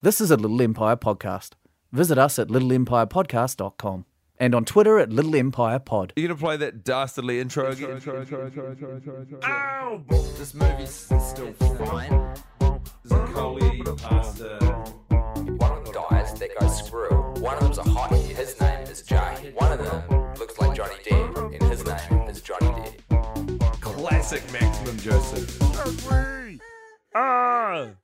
This is a Little Empire podcast. Visit us at littleempirepodcast.com and on Twitter at Little Empire Pod. Are you gonna play that dastardly intro again? This movie's still fine. One of them dies, they go screw. One of them's a hottie, his name is Jay. One of them looks like Johnny Depp, and his name is Johnny Depp. Classic Maximum Joseph.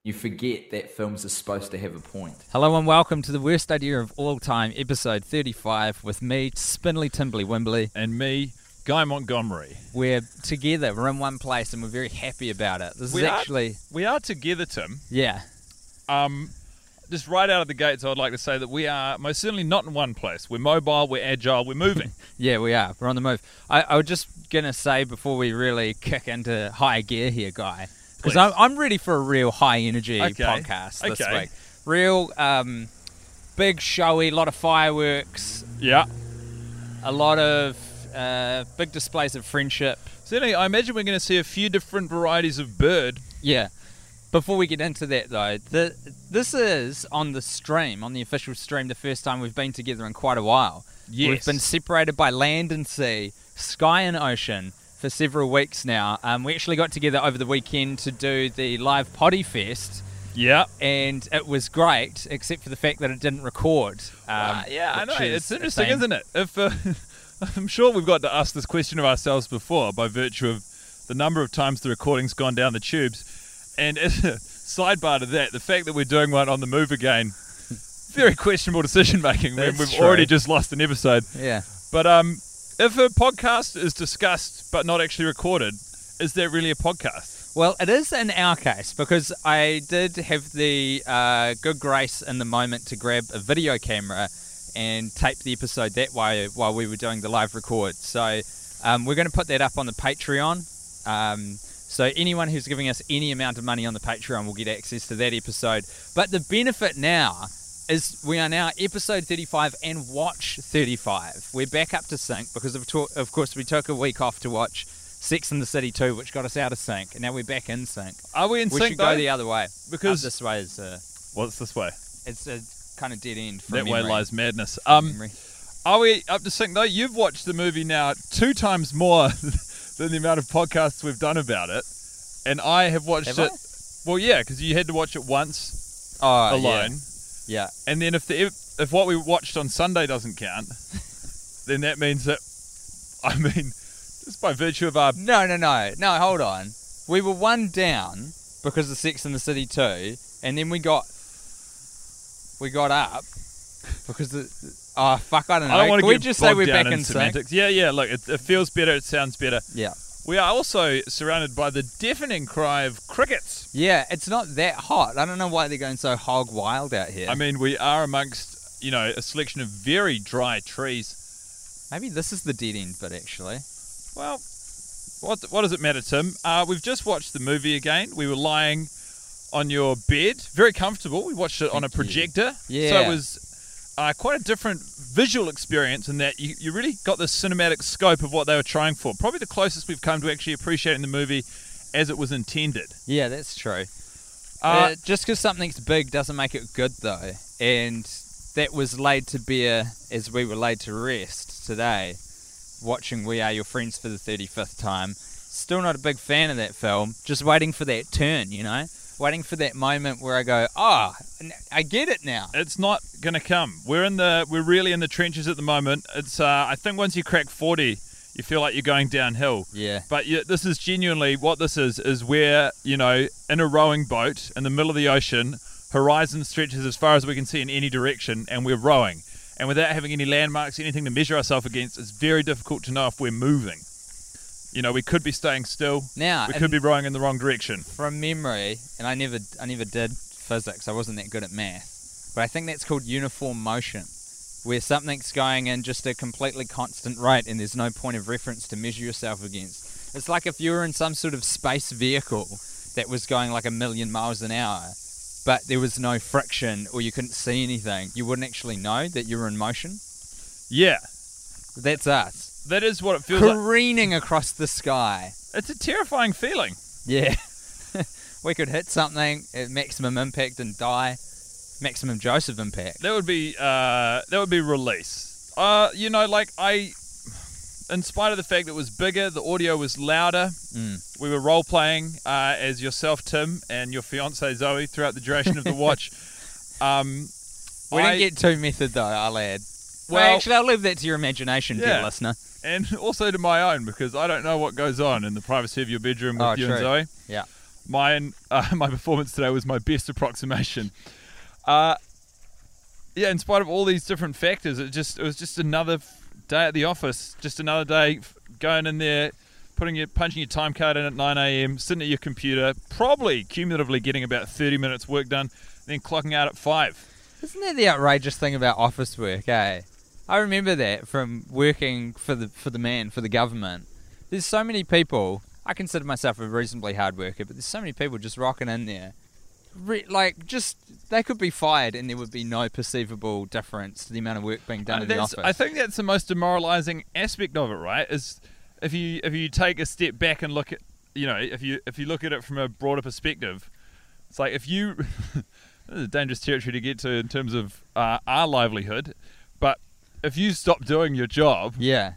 You forget that films are supposed to have a point. Hello and welcome to the worst idea of all time, episode 35, with me, Spindly Timbly Wimbley. and me, Guy Montgomery. We're together, we're in one place, and we're very happy about it. This We is are- actually, we are together, Tim. yeah, Um, just right out of the gates, I'd like to say that we are most certainly not in one place. We're mobile, we're agile, we're moving. yeah, we are. We're on the move. I, I was just gonna say before we really kick into high gear here, guy, because Please. I'm, I'm ready for a real high energy Okay. podcast this Okay. week. Real um, big, showy, a lot of fireworks, yeah. a lot of uh, big displays of friendship. Certainly, I imagine we're going to see a few different varieties of bird. Yeah. Before we get into that though, the, this is on the stream, on the official stream, the first time we've been together in quite a while. We've Yes. been separated by land and sea, sky and ocean for several weeks now. Um, we actually got together over the weekend to do the live potty fest, Yeah. and it was great, except for the fact that it didn't record. Um, yeah, I which know. is It's a interesting, shame. isn't it? If uh, I'm sure we've got to ask this question of ourselves before by virtue of the number of times the recording's gone down the tubes. And as a sidebar to that, the fact that we're doing one on the move again, very questionable decision making when That's we've true. already just lost an episode. Yeah. But um, if a podcast is discussed but not actually recorded, is that really a podcast? Well, it is in our case because I did have the uh, good grace in the moment to grab a video camera and tape the episode that way while we were doing the live record. So um, we're going to put that up on the Patreon. Um, so anyone who's giving us any amount of money on the Patreon will get access to that episode. But the benefit now is we are now episode 35 and watch 35. We're back up to sync because of, to- of course we took a week off to watch Six in the City 2, which got us out of sync, and now we're back in sync. Are we in we sync should though? go the other way Because- Up this way is a, What's this way? it's a kind of dead end. For That way memory. lies madness. Um, Memory. are we up to sync though? You've watched the movie now two times more than the amount of podcasts we've done about it, and I have watched Have it. I? Well, yeah, because you had to watch it once Oh, alone, Yeah. and then if the if, if what we watched on Sunday doesn't count, then that means that I mean, just by virtue of our yeah. No, no, no. No, hold on. We were one down because of Six in the City 2, and then we got we got up because the. Oh, fuck, I don't know. I don't want Can to we get just bogged say we're down back in sync? semantics. Yeah, yeah. Look, it, it feels better. It sounds better. Yeah. We are also surrounded by the deafening cry of crickets. Yeah, it's not that hot. I don't know why they're going so hog wild out here. I mean, we are amongst you know a selection of very dry trees. Maybe this is the dead end bit, actually. Well, what what does it matter, Tim? Uh, we've just watched the movie again. We were lying on your bed, very comfortable. We watched it on a Thank you. projector, so Yeah. it was uh, quite a different visual experience in that you, you really got the cinematic scope of what they were trying for. Probably the closest we've come to actually appreciating the movie as it was intended. Yeah, that's true. Uh, Uh, just because something's big doesn't make it good, though. And that was laid to bear as we were laid to rest today, watching We Are Your Friends for the 35th time. Still not a big fan of that film. Just waiting for that turn, you know? Waiting for that moment where I go, oh, n- I get it now. it's not gonna come. We're in the we're really in the trenches at the moment. It's uh, I think once you crack forty, you feel like you're going downhill. Yeah. But you, this is genuinely what this is is we're you know in a rowing boat in the middle of the ocean. Horizon stretches as far as we can see in any direction, and we're rowing. And without having any landmarks, anything to measure ourselves against, it's very difficult to know if we're moving. You know, we could be staying still. Now, we and- could be rowing in the wrong direction. from memory, and I never I never did physics. I wasn't that good at math, but I think that's called uniform motion, where something's going in just a completely constant rate, and there's no point of reference to measure yourself against. It's like if you were in some sort of space vehicle that was going like a million miles an hour, but there was no friction or you couldn't see anything. You wouldn't actually know that you were in motion. Yeah, That's us that is what it feels like. careening across the sky. It's a terrifying feeling. Yeah. we could hit something at maximum impact and die. Maximum Joseph impact. That would be uh, that would be release. Uh, you know, like I, in spite of the fact that it was bigger, the audio was louder. Mm. We were role playing uh, as yourself, Tim, and your fiance Zoe throughout the duration of the watch. Um, We I- didn't get too method though, I'll add. Well, Well- actually, I'll leave that to your imagination, Yeah. dear listener. and also to my own because I don't know what goes on in the privacy of your bedroom with Oh, you true. and Zoe. Yeah. Mine, uh, my performance today was my best approximation. Uh, yeah, in spite of all these different factors, it just it was just another f- day at the office, just another day f- going in there, putting your punching your time card in at 9 a.m., sitting at your computer, probably cumulatively getting about 30 minutes work done, then clocking out at five. Isn't that the outrageous thing about office work, eh? I remember that from working for the for the man, for the government. There's so many people. I consider myself a reasonably hard worker, but there's so many people just rocking in there. Re- like, just they could be fired, and there would be no perceivable difference to the amount of work being done Uh, in the that's- office. I think that's the most demoralizing aspect of it, right? Is if you if you take a step back and look at you know if you if you look at it from a broader perspective, it's like if you this is a dangerous territory to get to in terms of uh, our livelihood, but if you stop doing your job, yeah.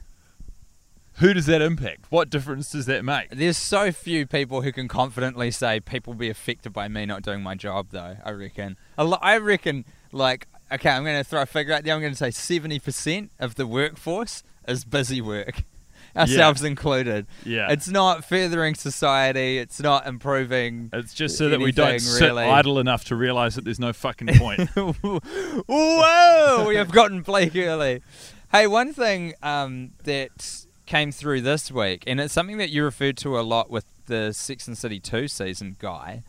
who does that impact? What difference does that make? There's so few people who can confidently say people be affected by me not doing my job, though. I reckon. A lo- I reckon, like, okay, I'm going to throw a figure out there. I'm going to say 70% of the workforce is busy work, ourselves included. Yeah. It's not furthering society. It's not improving. It's just so that we don't anything, sit really. idle enough to realize that there's no fucking point. Whoa, we have gotten Blake early. Hey, one thing um, that came through this week, and it's something that you referred to a lot with the Sex and City 2 season guy,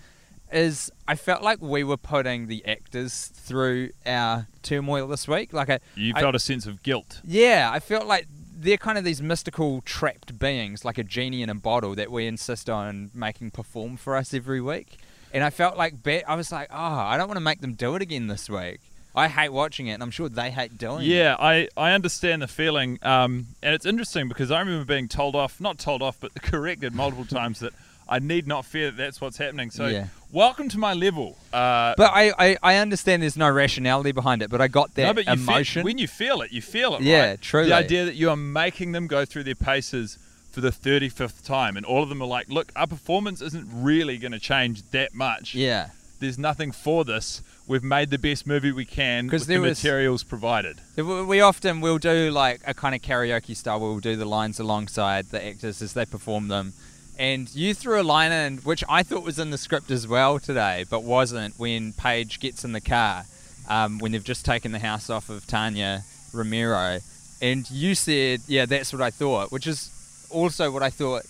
is I felt like we were putting the actors through our turmoil this week. Like I, you I- felt a sense of guilt. yeah, I felt like they're kind of these mystical trapped beings, like a genie in a bottle that we insist on making perform for us every week. And I felt like ba- I was like, oh, I don't want to make them do it again this week. I hate watching it, and I'm sure they hate doing it. Yeah, I, I understand the feeling. Um, and it's interesting because I remember being told off, not told off, but corrected multiple times that I need not fear that that's what's happening. So, Yeah. welcome to my level. Uh, But I, I, I understand there's no rationality behind it, but I got no, that but you fe- emotion. when you feel it, you feel it. Yeah, right? truly. The idea that you are making them go through their paces for the 35th time, and all of them are like, look, our performance isn't really going to change that much. yeah. There's nothing for this. We've made the best movie we can 'Cause with there the was- materials provided. We we often will do like a kind of karaoke style where we'll do the lines alongside the actors as they perform them. And you threw a line in, which I thought was in the script as well today, but wasn't when Paige gets in the car um, when they've just taken the house off of Tanya Ramiro. And you said, Yeah, that's what I thought, which is also what I thought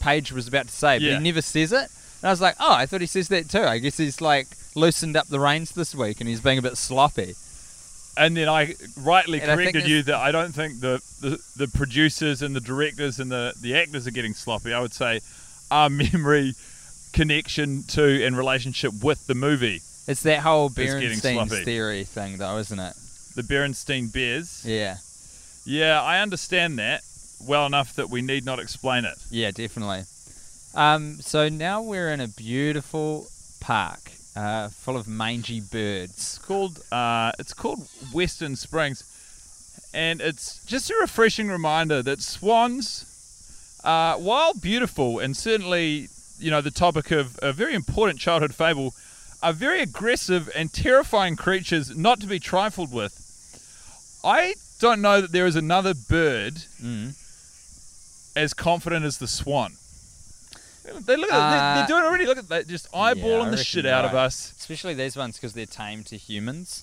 Paige was about to say, but Yeah. he never says it. And I was like, Oh, I thought he says that too. I guess he's like loosened up the reins this week and he's being a bit sloppy. and then I rightly And I think corrected it's- you that I don't think the, the, the producers and the directors and the, the actors are getting sloppy. I would say our memory connection to and relationship with the movie, It's that whole getting Berenstain sloppy. theory thing, though, isn't it? the Berenstain Bears. Yeah, Yeah, I understand that well enough that we need not explain it. yeah, definitely. Um, so now we're in a beautiful park uh, full of mangy birds. It's called uh, it's called Western Springs, and it's just a refreshing reminder that swans, uh, while beautiful and certainly you know the topic of a very important childhood fable, are very aggressive and terrifying creatures not to be trifled with. I don't know that there is another bird Mm. as confident as the swan. They look at Uh, they're, they're doing already. Look at that, just eyeballing I the shit reckon out of you're right. us. Especially these ones because they're tame to humans.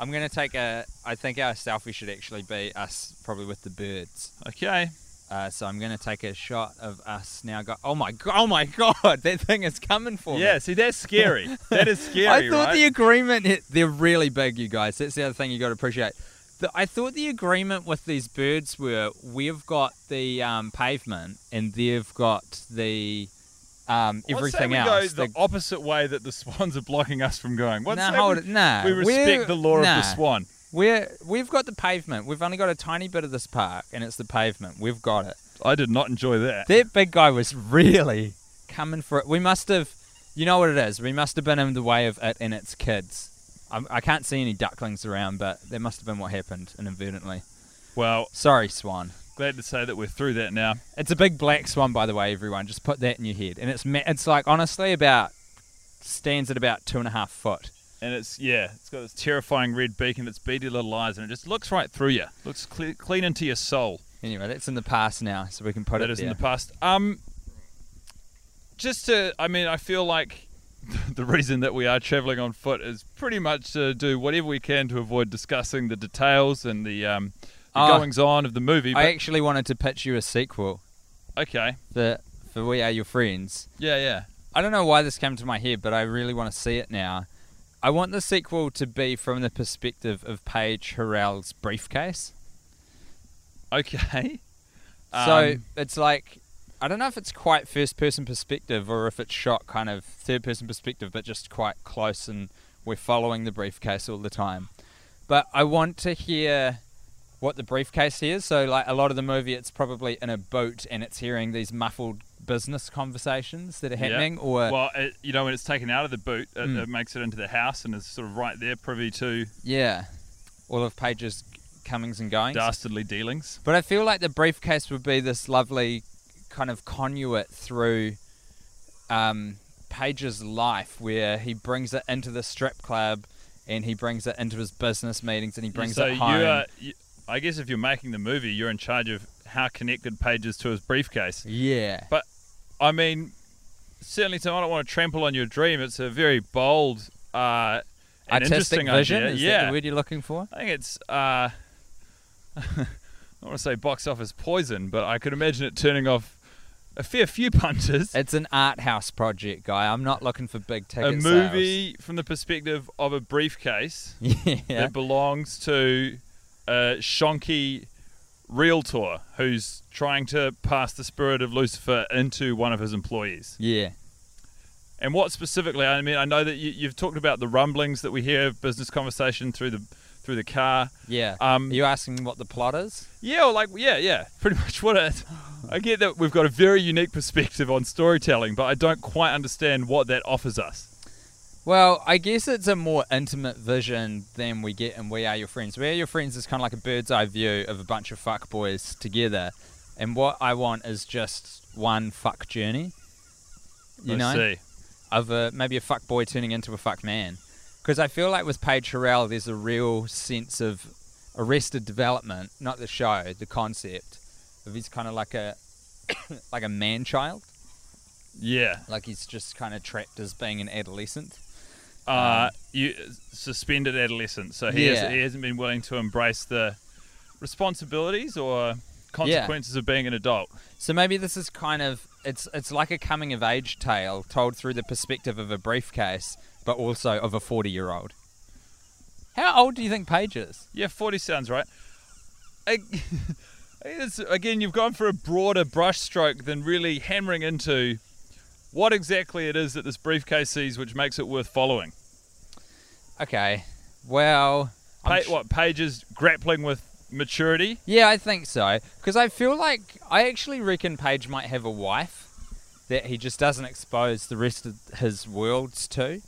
I'm going to take a. I think our selfie should actually be us, probably with the birds. Okay. Uh, so I'm going to take a shot of us now. Go- oh my god! Oh my god! That thing is coming for me. Yeah, see, that's scary. that is I scary, thought right? the agreement hit, they're really big, you guys. That's the other thing you got to appreciate. The, I thought the agreement with these birds were we've got the um, pavement and they've got the um, Let's say everything we else. go the, The- opposite way that the swans are blocking us from going. What's Nah, hold it. Nah, we we're- respect the law of nah. the swan. we're, we've got the pavement. We've only got a tiny bit of this park, and it's the pavement. We've got it. I did not enjoy that. That big guy was really coming for it. We must have, you know what it is. We must have been in the way of it and its kids. I, I can't see any ducklings around, but that must have been what happened inadvertently. Well, Sorry, Swan. glad to say that we're through that now. It's a big black swan, by the way, everyone. Just put that in your head. And it's ma- it's like honestly about stands at about two and a half foot. And it's yeah, it's got this terrifying red beak and its beady little eyes, and it just looks right through you. Looks cle- clean into your soul. Anyway, that's in the past now, so we can put That it is there. in the past. Um, just to, I mean, I feel like the reason that we are traveling on foot is pretty much to do whatever we can to avoid discussing the details and the, um, the Ah. goings on of the movie. I But, actually wanted to pitch you a sequel okay, for for We Are Your Friends. yeah, yeah. I don't know why this came to my head, but I really want to see it now. I want the sequel to be from the perspective of Paige Harrell's briefcase. Okay. so Um, it's like I don't know if it's quite first person perspective or if it's shot kind of third person perspective, but just quite close and we're following the briefcase all the time. But I want to hear what the briefcase hears. So like a lot of the movie, it's probably in a boat and it's hearing these muffled business conversations that are yeah. happening, or Hmm. well, it, you know, when it's taken out of the boot, it, it makes it into the house and is sort of right there, privy to yeah, all of Paige's comings and goings. dastardly dealings. But I feel like the briefcase would be this lovely kind of conduit through um, Paige's life where he brings it into the strip club and he brings it into his business meetings and he brings so it home. you are, you, I guess, if you're making the movie, you're in charge of how connected Page is to his briefcase. yeah. But I mean, certainly, so I don't want to trample on your dream. It's a very bold uh, and Artistic interesting vision, idea. is yeah, that the word you're looking for? I think it's. Uh, I want to say box office poison, but I could imagine it turning off a fair few punters. It's an art house project, guy. I'm not looking for big ticket A movie from the perspective of a briefcase sales. Yeah. that belongs to a shonky realtor who's trying to pass the spirit of Lucifer into one of his employees. Yeah. And what specifically? I mean, I know that you, you've talked about the rumblings that we hear of business conversation through the through the car. Yeah. Um, are you asking what the plot is? Yeah, well, like yeah, yeah, pretty much what it. I get that we've got a very unique perspective on storytelling, but I don't quite understand what that offers us. Well, I guess it's a more intimate vision than we get in We Are Your Friends. We Are Your Friends is kind of like a bird's eye view of a bunch of fuck boys together. And what I want is just one fuck journey. You I know? see. Of a, maybe a fuck boy turning into a fuck man. Because I feel like with Paige Harrell, there's a real sense of arrested development, not the show, the concept. Of he's kind of like a like a man child. Yeah, Like he's just kind of trapped as being an adolescent. uh, you suspended adolescence, so he, Um, Yeah. has, he hasn't been willing to embrace the responsibilities or consequences of being an adult. So maybe this is kind of it's it's like a coming of age tale told through the perspective of a briefcase, but also of a forty year old. How old do you think Paige is? Yeah, forty sounds right. I, it's, again, you've gone for a broader brushstroke than really hammering into what exactly it is that this briefcase sees, which makes it worth following. Okay, well, I'm Pa- sh- what pages grappling with maturity? yeah, I think so because I feel like I actually reckon Paige might have a wife that he just doesn't expose the rest of his worlds to.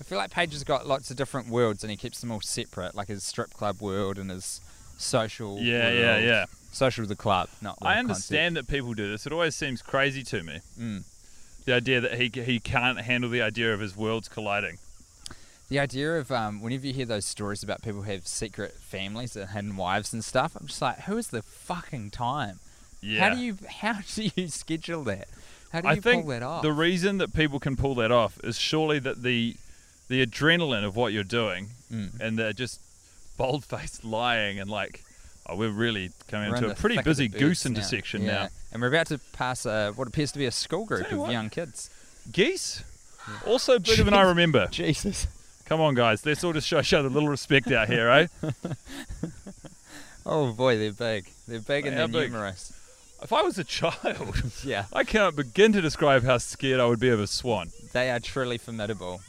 I feel like Paige has got lots of different worlds and he keeps them all separate, like his strip club world and his social. Yeah, yeah, world. yeah. Social the club, not. The I concept. understand that people do this. It Mm. always seems crazy to me. The idea that he he can't handle the idea of his worlds colliding. The idea of um, whenever you hear those stories about people who have secret families and hidden wives and stuff, I'm just like, who is the fucking time? Yeah. How do you how do you schedule that? How do you I think pull that off? the reason that people can pull that off is surely that the the Mm. adrenaline of what you're doing and the just bold faced lying and like Oh, we're really coming We're into in a the pretty thick of the busy birds goose now. intersection Yeah. now. and we're about to pass a, what appears to be a school group Tell you of what. young kids. Geese? Also bigger than I Jeez. remember. Jesus. Come on, guys. Let's all just show each other a little respect out here, eh? Oh boy, they're big. They're big They and are they're big. numerous. If I was a child, Yeah, I cannot begin to describe how scared I would be of a swan. they are truly formidable.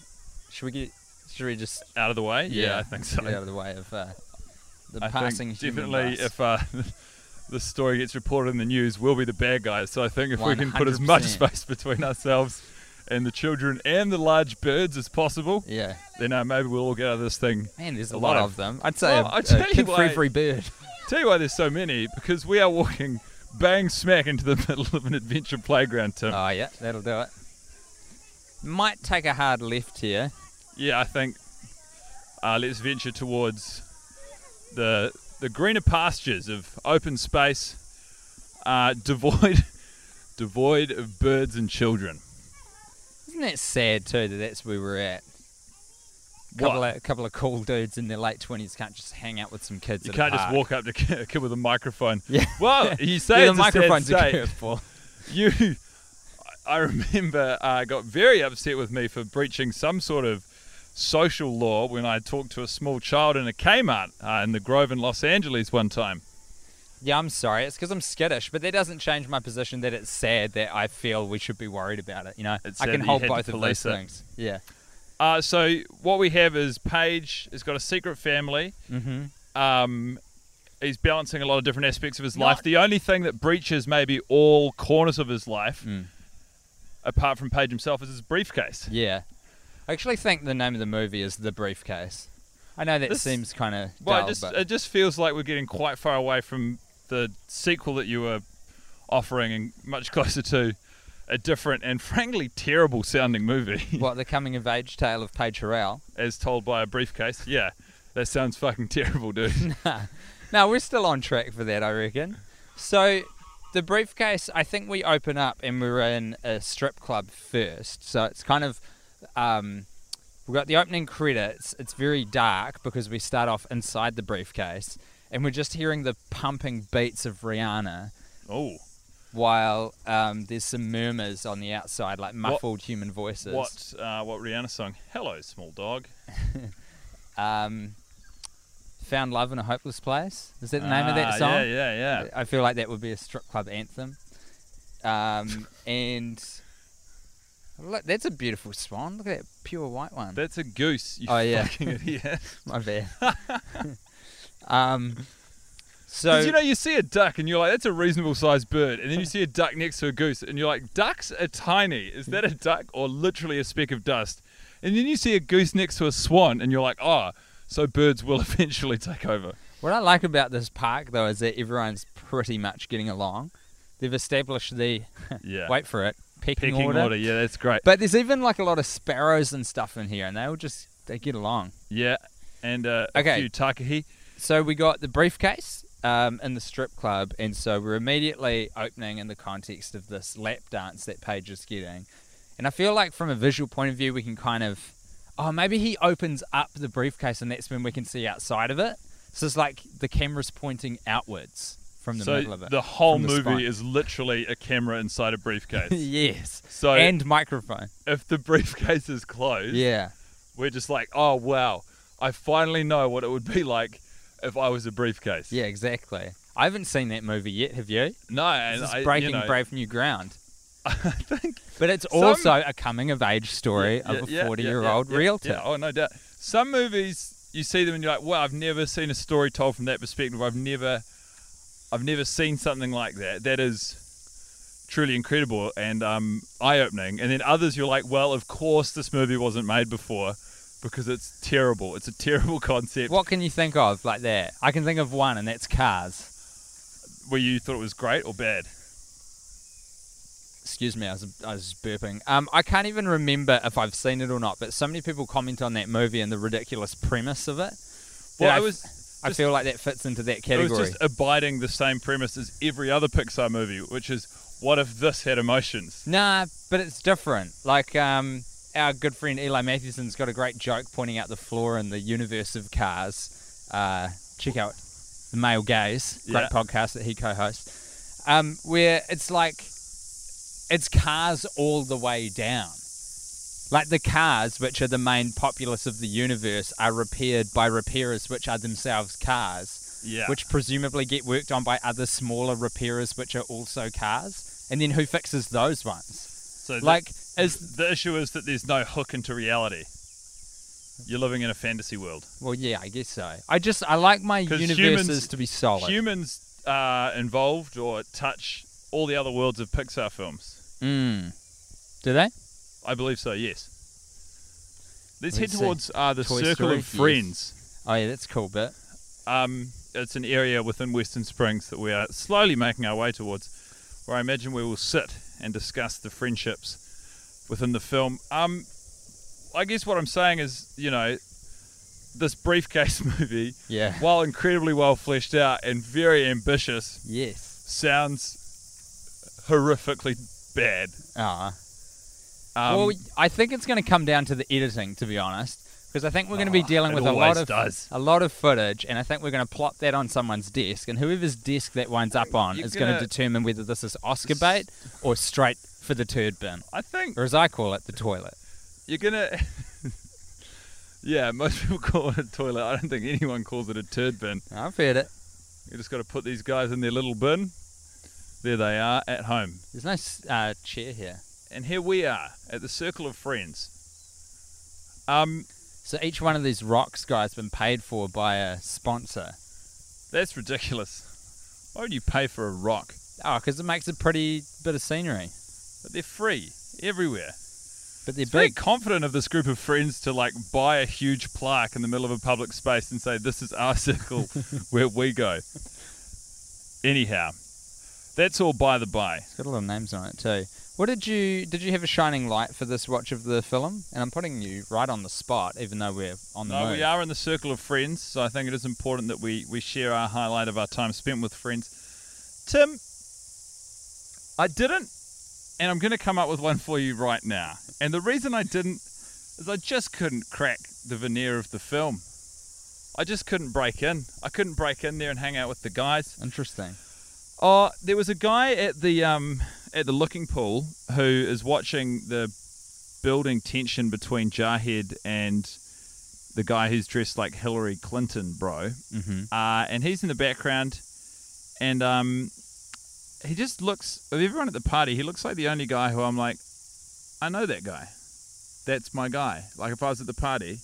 Should we get? Should we just Out of the way? Yeah, I think so. Get out of the way of uh, the I passing think human definitely bus. if uh, the story gets reported in the news, we'll be the bad guys. So I think if we can put as 100%. much space between ourselves and the children and the large birds as possible, yeah, then uh, maybe we'll all get out of this thing. man, there's a lot Alive. of them. I'd say a- Well, I a tell you kid for why- every bird. Tell you why there's so many because we are walking bang smack into the middle of an adventure playground, Tim. Oh yeah, that'll do it. Might take a hard left here. Yeah, I think uh, let's venture towards the the greener pastures of open space, uh, devoid devoid of birds and children. Isn't that sad too? That that's where we're at. What? Couple of, couple of cool dudes in their late twenties can't just hang out with some kids. You at a can't just park. walk up to a kid with a microphone. Yeah. Well, you say Yeah, it's the microphone's a sad a state. curveball. You, I remember, uh, got very upset with me for breaching some sort of social law when I talked to a small child in a Kmart uh, in the Grove in Los Angeles one time. Yeah, I'm sorry. It's because I'm skittish, but that doesn't change my position that it's sad that I feel we should be worried about it. You know, It's I sad can that you hold had to both of police those it. things. Yeah. Uh, so what we have is Paige has got a secret family. Mm-hmm. Um, he's balancing a lot of different aspects of his Not- life. The only thing that breaches maybe all corners of his life, Mm. apart from Paige himself, is his briefcase. Yeah. I actually think the name of the movie is The Briefcase. I know that This- seems kind of Well, dull, it just uh, but it just feels like we're getting quite far away from the sequel that you were offering, and much closer to a different and frankly terrible sounding movie, what the coming of age tale of Paige Harrell. as told by a briefcase. Yeah, that sounds fucking terrible, dude. No, we're still on track for that, I reckon. So, the briefcase, I think we open up and we're in a strip club first. So, it's kind of. Um, we've got the opening credits. It's very dark because we start off inside the briefcase and we're just hearing the pumping beats of Rihanna oh, while um, there's some murmurs on the outside, like muffled human voices. what uh, what Rihanna song? Hello, small dog. Um, Found Love in a Hopeless Place. Is that the name of Ah, that song? Yeah, yeah, yeah. I feel like that would be a strip club anthem. Um, and look, that's a beautiful swan. Look at that pure white one. That's a goose. You Oh, yeah. fucking idiot. My bad. um, so Because you know you see a duck and you're like, that's a reasonable sized bird, and then you see a duck next to a goose and you're like, ducks are tiny. Is that a duck or literally a speck of dust? And then you see a goose next to a swan and you're like, oh, so birds will eventually take over. what I like about this park though is that everyone's pretty much getting along. They've established the Yeah. wait for it pecking, pecking order. Yeah, that's great. But there's even like a lot of sparrows and stuff in here, and they all just they get along. yeah, and uh, a Okay. few takahi. So we got the briefcase um, in the strip club, and so we're immediately opening in the context of this lap dance that Paige is getting. And I feel like from a visual point of view, we can kind of, oh, maybe he opens up the briefcase, and that's when we can see outside of it. So it's like the camera's pointing outwards from the So middle of it. the whole from the movie spine. is literally a camera inside a briefcase. yes, So and microphone. if the briefcase is closed, Yeah, we're just like, oh wow, I finally know what it would be like if I was a briefcase. yeah, exactly. I haven't seen that movie yet. Have you? No, and this I, is breaking you know, brave new ground. I think But it's Some- also a coming of age story yeah, of a yeah, 40 yeah, year yeah, old yeah, realtor. yeah. Oh no doubt. Some movies you see them and you're like, wow, I've never seen a story told from that perspective. I've never, I've never seen something like that. That is truly incredible and um, eye opening. And then others you're like, well, of course this movie wasn't made before because it's terrible. It's a terrible concept. What can you think of like that? I can think of one, and that's Cars. Where you thought it was great or bad? Excuse me, I was, I was burping. Um, I can't even remember if I've seen it or not, but so many people comment on that movie and the ridiculous premise of it. that Well, I, I was. I just- feel like that fits into that It category. was just abiding the same premise as every other Pixar movie, which is what if this had emotions? Nah, but it's different. Like um, our good friend Eli Matthewson's got a great joke pointing out the flaw in the universe of Cars. Uh, check out the male gaze, great Yeah. podcast that he co-hosts, um, where it's like it's cars all the way down. Like the cars, which are the main populace of the universe, are repaired by repairers, which are themselves cars, Yeah. which presumably get worked on by other smaller repairers, which are also cars. And then who fixes those ones? So the- Like, is the issue is that there's no hook into reality. You're living in a fantasy world. well, yeah, I guess so. I just I like my 'Cause universes humans- to be solid. Humans are involved or touch all the other worlds of Pixar films. Mm. Do they? I believe so. Yes. Let's, Let's head see. towards uh, the Toy Circle Story? of Friends. Oh yeah, that's cool. But Um, it's an area within Western Springs that we are slowly making our way towards, where I imagine we will sit and discuss the friendships within the film. Um, I guess what I'm saying is, you know, this briefcase movie, Yeah. while incredibly well fleshed out and very ambitious, yes. sounds horrifically bad. Ah. Um, well, I think it's going to come down to the editing, to be honest, because I think we're going to be Ah, dealing it with a lot always of does. a lot of footage, and I think we're going to plop that on someone's desk, and whoever's desk that winds up on you're is going to gonna- determine whether this is Oscar bait or straight for the turd bin, I think or as I call it, the toilet. You're gonna. yeah, most people call it a toilet. I don't think anyone calls it a turd bin. I've heard it. You just got to put these guys in their little bin. There they are at home. There's no s- uh, chair here, And here we are at the circle of friends. Um, so each one of these rocks guys been paid for by a sponsor. that's ridiculous. Why would you pay for a rock? Oh, because it makes a pretty bit of scenery, But they're free everywhere. but they're It's very big. confident of this group of friends to like buy a huge plaque in the middle of a public space and say, "This is our circle where we go." Anyhow, that's all by the by. It's got a lot of names on it too. What did you did you have a shining light for this watch of the film? And I'm putting you right on the spot, even though we're on the No, move. Uh, we are in the circle of friends, so I think it is important that we, we share our highlight of our time spent with friends. Tim, I didn't, and I'm going to come up with one for you right now. And the reason I didn't is I just couldn't crack the veneer of the film. I just couldn't break in. I couldn't break in there and hang out with the guys. Interesting. Oh, there was a guy at the um at the looking pool who is watching the building tension between Jarhead and the guy who's dressed like Hillary Clinton, bro. Mm-hmm. Uh, and he's in the background, and um, he just looks of everyone at the party. He looks like the only guy who I'm like, I know that guy. That's my guy. Like if I was at the party,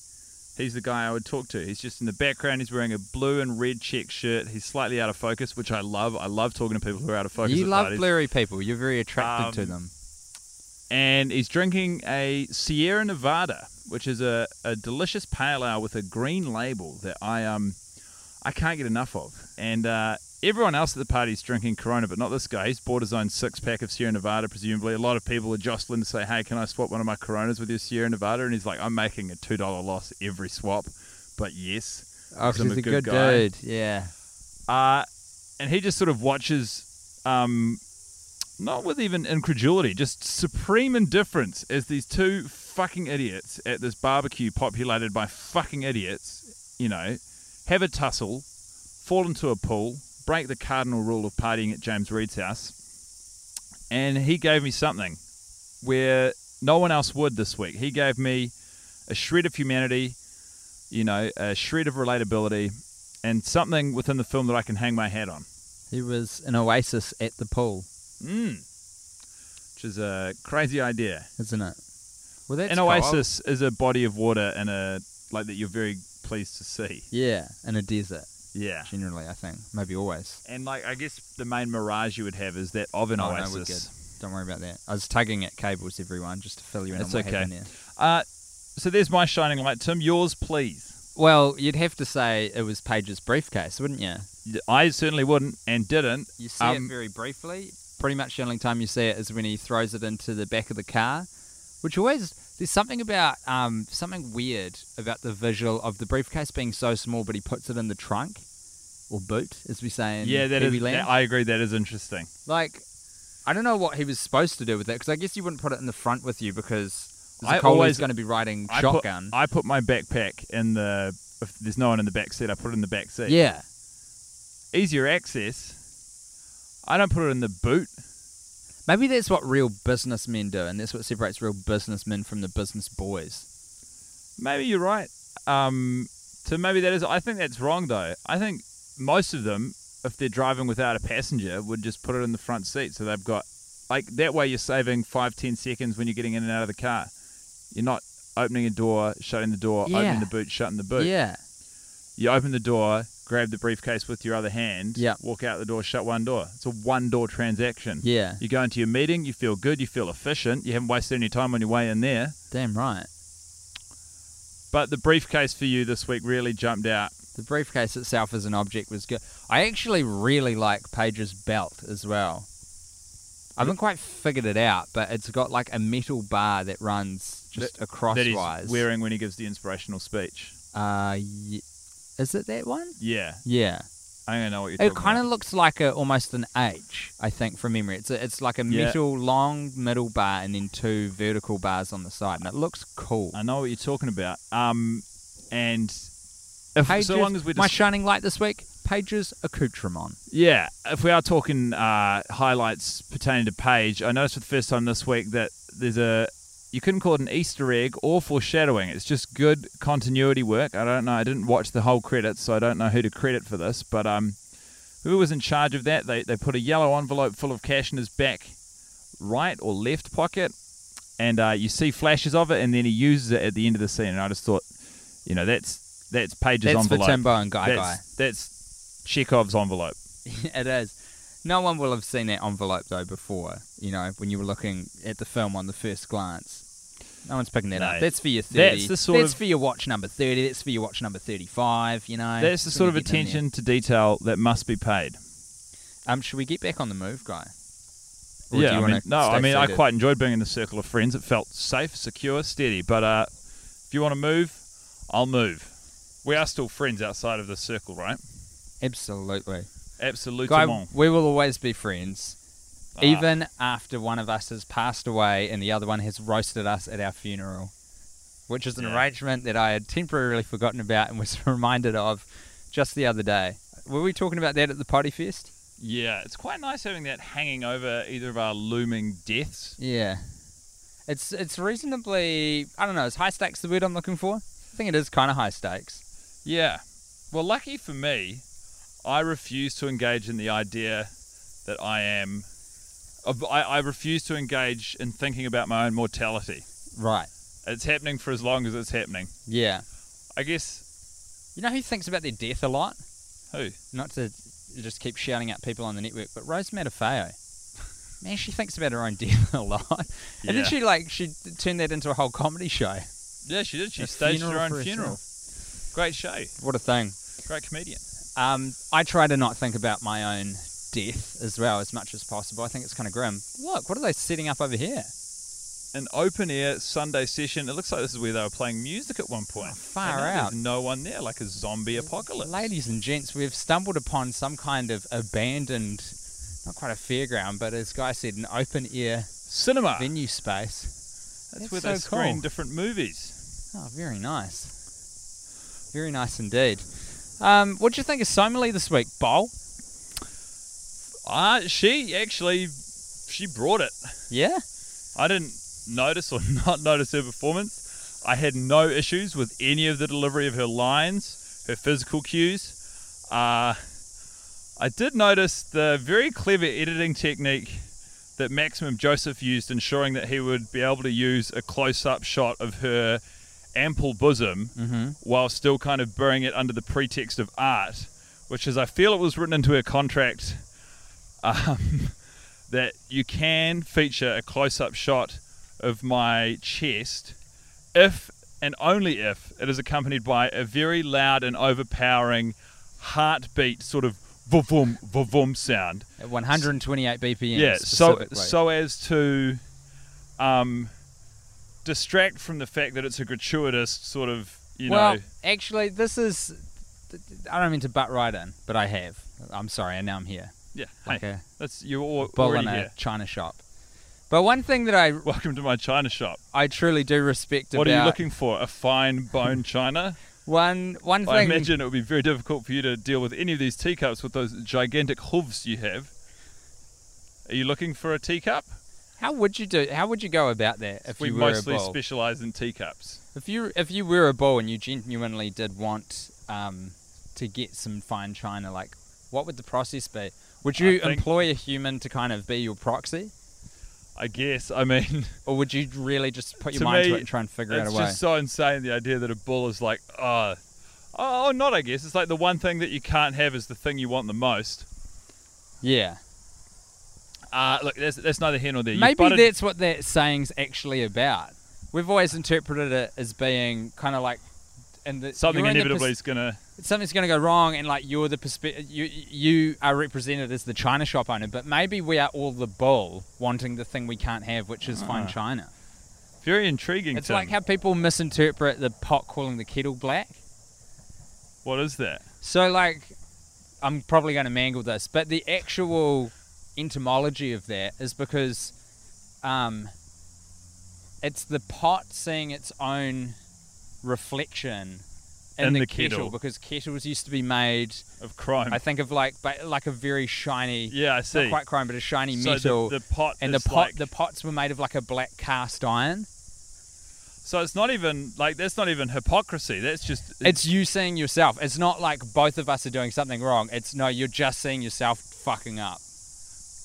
he's the guy I would talk to. He's just in the background. He's wearing a blue and red check shirt. He's slightly out of focus, which I love. I love talking to people who are out of focus. You at love parties. blurry people. You're very attracted to Um, them. And he's drinking a Sierra Nevada, which is a, a delicious pale ale with a green label that I um I can't get enough of. And uh, everyone else at the party's drinking Corona, but not this guy. He's bought his own six pack of Sierra Nevada, presumably. A lot of people are jostling to say, "Hey, can I swap one of my Coronas with your Sierra Nevada?" And he's like, "I'm making a two dollar loss every swap." But yes, Oh, 'cause I'm he's a good, good guy. dude. Yeah. uh, and he just sort of watches, um, not with even incredulity, just supreme indifference as these two fucking idiots at this barbecue populated by fucking idiots, you know, have a tussle, fall into a pool, break the cardinal rule of partying at James Reed's house. And he gave me something where no one else would this week. He gave me a shred of humanity, you know, a shred of relatability, and something within the film that I can hang my hat on, He was an oasis at the pool, Hmm. which is a crazy idea. isn't it? Well, that's an cool. oasis is a body of water and a like that you're very pleased to see. Yeah, in a desert. Yeah. Generally, I think maybe always. And like I guess the main mirage you would have is that of an Oh, No, no, we're good. oasis. Don't worry about that. I was tugging at cables, everyone, just to fill you in That's on what okay. happened there. Uh, so there's my shining light, Tim. Yours, please. Well, you'd have to say it was Paige's briefcase, wouldn't you? I certainly wouldn't and didn't. You see Um, it very briefly. Pretty much the only time you see it is when he throws it into the back of the car, which always there's something about um, something weird about the visual of the briefcase being so small, but he puts it in the trunk or boot, as we say in yeah, that is. Kiwi land. that- I agree. That is interesting. like I don't know what he was supposed to do with it because I guess you wouldn't put it in the front with you because I Zakoli's always- going to be riding I put- shotgun. I put my backpack in the. If there's no one in the back seat, I put it in the back seat. yeah. easier access. I don't put it in the boot. Maybe that's what real businessmen do, and that's what separates real businessmen from the business boys. Maybe you're right. Um, so maybe that is. I think that's wrong though. I think most of them, if they're driving without a passenger, would just put it in the front seat. So they've got like that way you're saving five ten seconds when you're getting in and out of the car. You're not opening a door, shutting the door, Yeah. opening the boot, shutting the boot. Yeah. You open the door, grab the briefcase with your other hand, Yeah. walk out the door, shut one door. It's a one door transaction. Yeah. You go into your meeting, you feel good, you feel efficient, you haven't wasted any time on your way in there. Damn right. But the briefcase for you this week really jumped out. The briefcase itself as an object was good. I actually really like Paige's belt as well. I haven't quite figured it out, but it's got like a metal bar that runs just across that he's wise. wearing when he gives the inspirational speech. Uh, y- is it that one? Yeah, Yeah. I don't know what you're It talking kind of about. looks like a almost an H, I think, from memory. It's a, it's like a Yeah. metal long middle bar and then two vertical bars on the side, and it looks cool. I know what you're talking about. Um, and if, Pages, so long as we're my just, shining light this week, Page's accoutrement. yeah, if we are talking uh, highlights pertaining to Page, I noticed for the first time this week that there's a you couldn't call it an Easter egg or foreshadowing. It's just good continuity work. I don't know. I didn't watch the whole credits, so I don't know who to credit for this. But um, who was in charge of that? They they put a yellow envelope full of cash in his back right or left pocket, and uh, you see flashes of it, and then he uses it at the end of the scene. And I just thought, you know, that's that's Page's That's for envelope. Timbo and Guy that's, That's Chekhov's envelope. it is. No one will have seen that envelope though before. You know, when you were looking at the film on the first glance. No one's picking that No. up. That's for your thirty. That's the sort That's of- for your watch number thirty. That's for your watch number thirty-five. You know, That's the That's sort when of you get in there. attention to detail that must be paid. Um, should we get back on the move, guy? Or do you yeah, I wanna mean, no, stay I mean, I seated? quite enjoyed being in the circle of friends. It felt safe, secure, steady. But uh, if you want to move, I'll move. We are still friends outside of the circle, right? absolutely. Absolutely. Uh, Guy, we will always be friends. Even after one of us has passed away and the other one has roasted us at our funeral, which is an Yeah. arrangement that I had temporarily forgotten about and was reminded of just the other day. Were we talking about that at the potty fest? Yeah, it's quite nice having that hanging over either of our looming deaths. Yeah. It's it's reasonably I don't know, is high stakes the word I'm looking for? I think it is kinda high stakes. Yeah. Well, lucky for me, I refuse to engage in the idea that I am. of- I, I refuse to engage in thinking about my own mortality. Right. It's happening for as long as it's happening. Yeah. I guess. You know who thinks about their death a lot? Who? not to just keep shouting out people on the network, but Rose Matafeo, man, she thinks about her own death a lot. And Yeah. then she like she turned that into a whole comedy show. Yeah, she did. She A staged her funeral own for funeral. Great show. What a thing! Great comedian. Um, I try to not think about my own death as well as much as possible. I think it's kind of grim. Look, what are they setting up over here? An open air Sunday session. It looks like this is where they were playing music at one point. far And now out. There's no one there, like a zombie apocalypse. Ladies and gents, we've stumbled upon some kind of abandoned, not quite a fairground, but as Guy said, an open air Cinema. venue space. That's Ah. That's where so they screen cool. different movies. Oh, very nice. Very nice indeed. Um, what do you think of Somali this week, Bol? Ah, she actually, she brought it. Yeah? I didn't notice or not notice her performance. I had no issues with any of the delivery of her lines, her physical cues. Uh, I did notice the very clever editing technique that Maximum Joseph used, ensuring that he would be able to use a close-up shot of her ample bosom while still kind of burying it under the pretext of art, which is I feel it was written into her contract um, that you can feature a close-up shot of my chest if and only if it is accompanied by a very loud and overpowering heartbeat sort of vroom vroom sound. At 128 BPM. Yeah, so specifically. so as to um, distract from the fact that it's a gratuitous sort of you well, know actually, this is. I don't mean to butt right in, but I have. I'm sorry, and now I'm here. yeah Like hey, a that's you're al- Bol already in a here. China shop. But one thing that I, Welcome to my china shop. I truly do respect What about are you looking for? A fine bone china? One one I thing. imagine it would be very difficult for you to deal with any of these teacups with those gigantic hooves you have. Are you looking for a teacup? How would you do? How would you go about that if we you were mostly a bull? specialize in teacups. If you if you were a bull and you genuinely did want um, to get some fine china, like what would the process be? Would you think- employ a human to kind of be your proxy, I guess. I mean, or would you really just put your To mind to me, it and try and figure out it's a way? just so insane the idea that a bull is like, oh, oh, not. I guess it's like the one thing that you can't have is the thing you want the most. yeah, Uh, look, that's, that's neither here nor there. You've maybe butted- that's what that saying's actually about. We've always interpreted it as being kind of like, and the, something you're in the inevitably pers- is gonna. something's going to go wrong and like you're the perspe- you you are represented as the china shop owner but maybe we are all the bull wanting the thing we can't have which is Ah. fine china Very intriguing. it's Tim. like how people misinterpret the pot calling the kettle black what is that? so like i'm probably going to mangle this but the actual etymology of that is because um it's the pot seeing its own reflection in, In the, the kettle. kettle. because kettles used to be made Of crime. I think of like ba- like a very shiny, yeah, I see. not quite chrome, but a shiny so metal. the, the pot and the is pot, like- the pots were made of like a black cast iron. So it's not even like that's not even hypocrisy. That's just It's you seeing yourself. It's not like both of us are doing something wrong. It's no, you're just seeing yourself fucking up.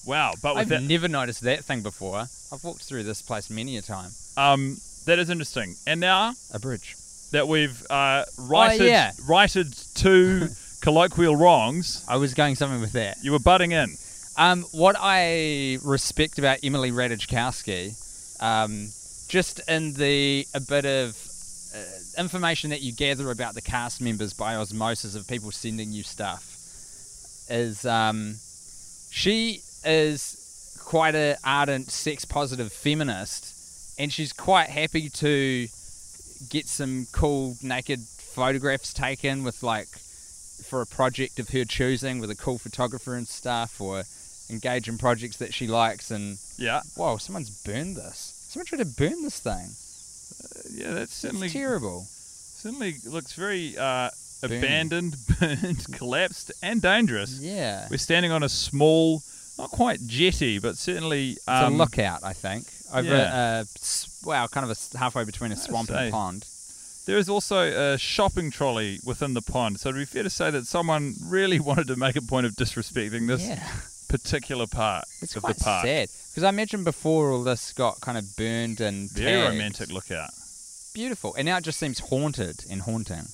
wow. But with I've that, never noticed that thing before. I've walked through this place many a time. um, that is interesting. And now A bridge. that we've uh, righted Oh, yeah. righted two colloquial wrongs, I was going something with that. you were butting in. Um, what I respect about Emily Ratajkowski, um, just in the a bit of uh, information that you gather about the cast members by osmosis of people sending you stuff, is um, she is quite an ardent sex positive feminist, and she's quite happy to get some cool naked photographs taken with like for a project of her choosing with a cool photographer and stuff or engage in projects that she likes and Yeah, whoa someone's burned this someone tried to burn this thing yeah. That certainly it's terrible certainly looks very uh, Burning. abandoned, burned, collapsed, and dangerous. yeah it's We're standing on a small, not quite jetty, but certainly um, a lookout i think over yeah. a s- wow kind of a s- halfway between a swamp and say. a pond There is also a shopping trolley within the pond, so it'd be fair to say that someone really wanted to make a point of disrespecting this yeah particular part it's of quite the park. sad because i imagine before all this got kind of burned and Very tagged. romantic lookout. beautiful. And now it just seems haunted and haunting.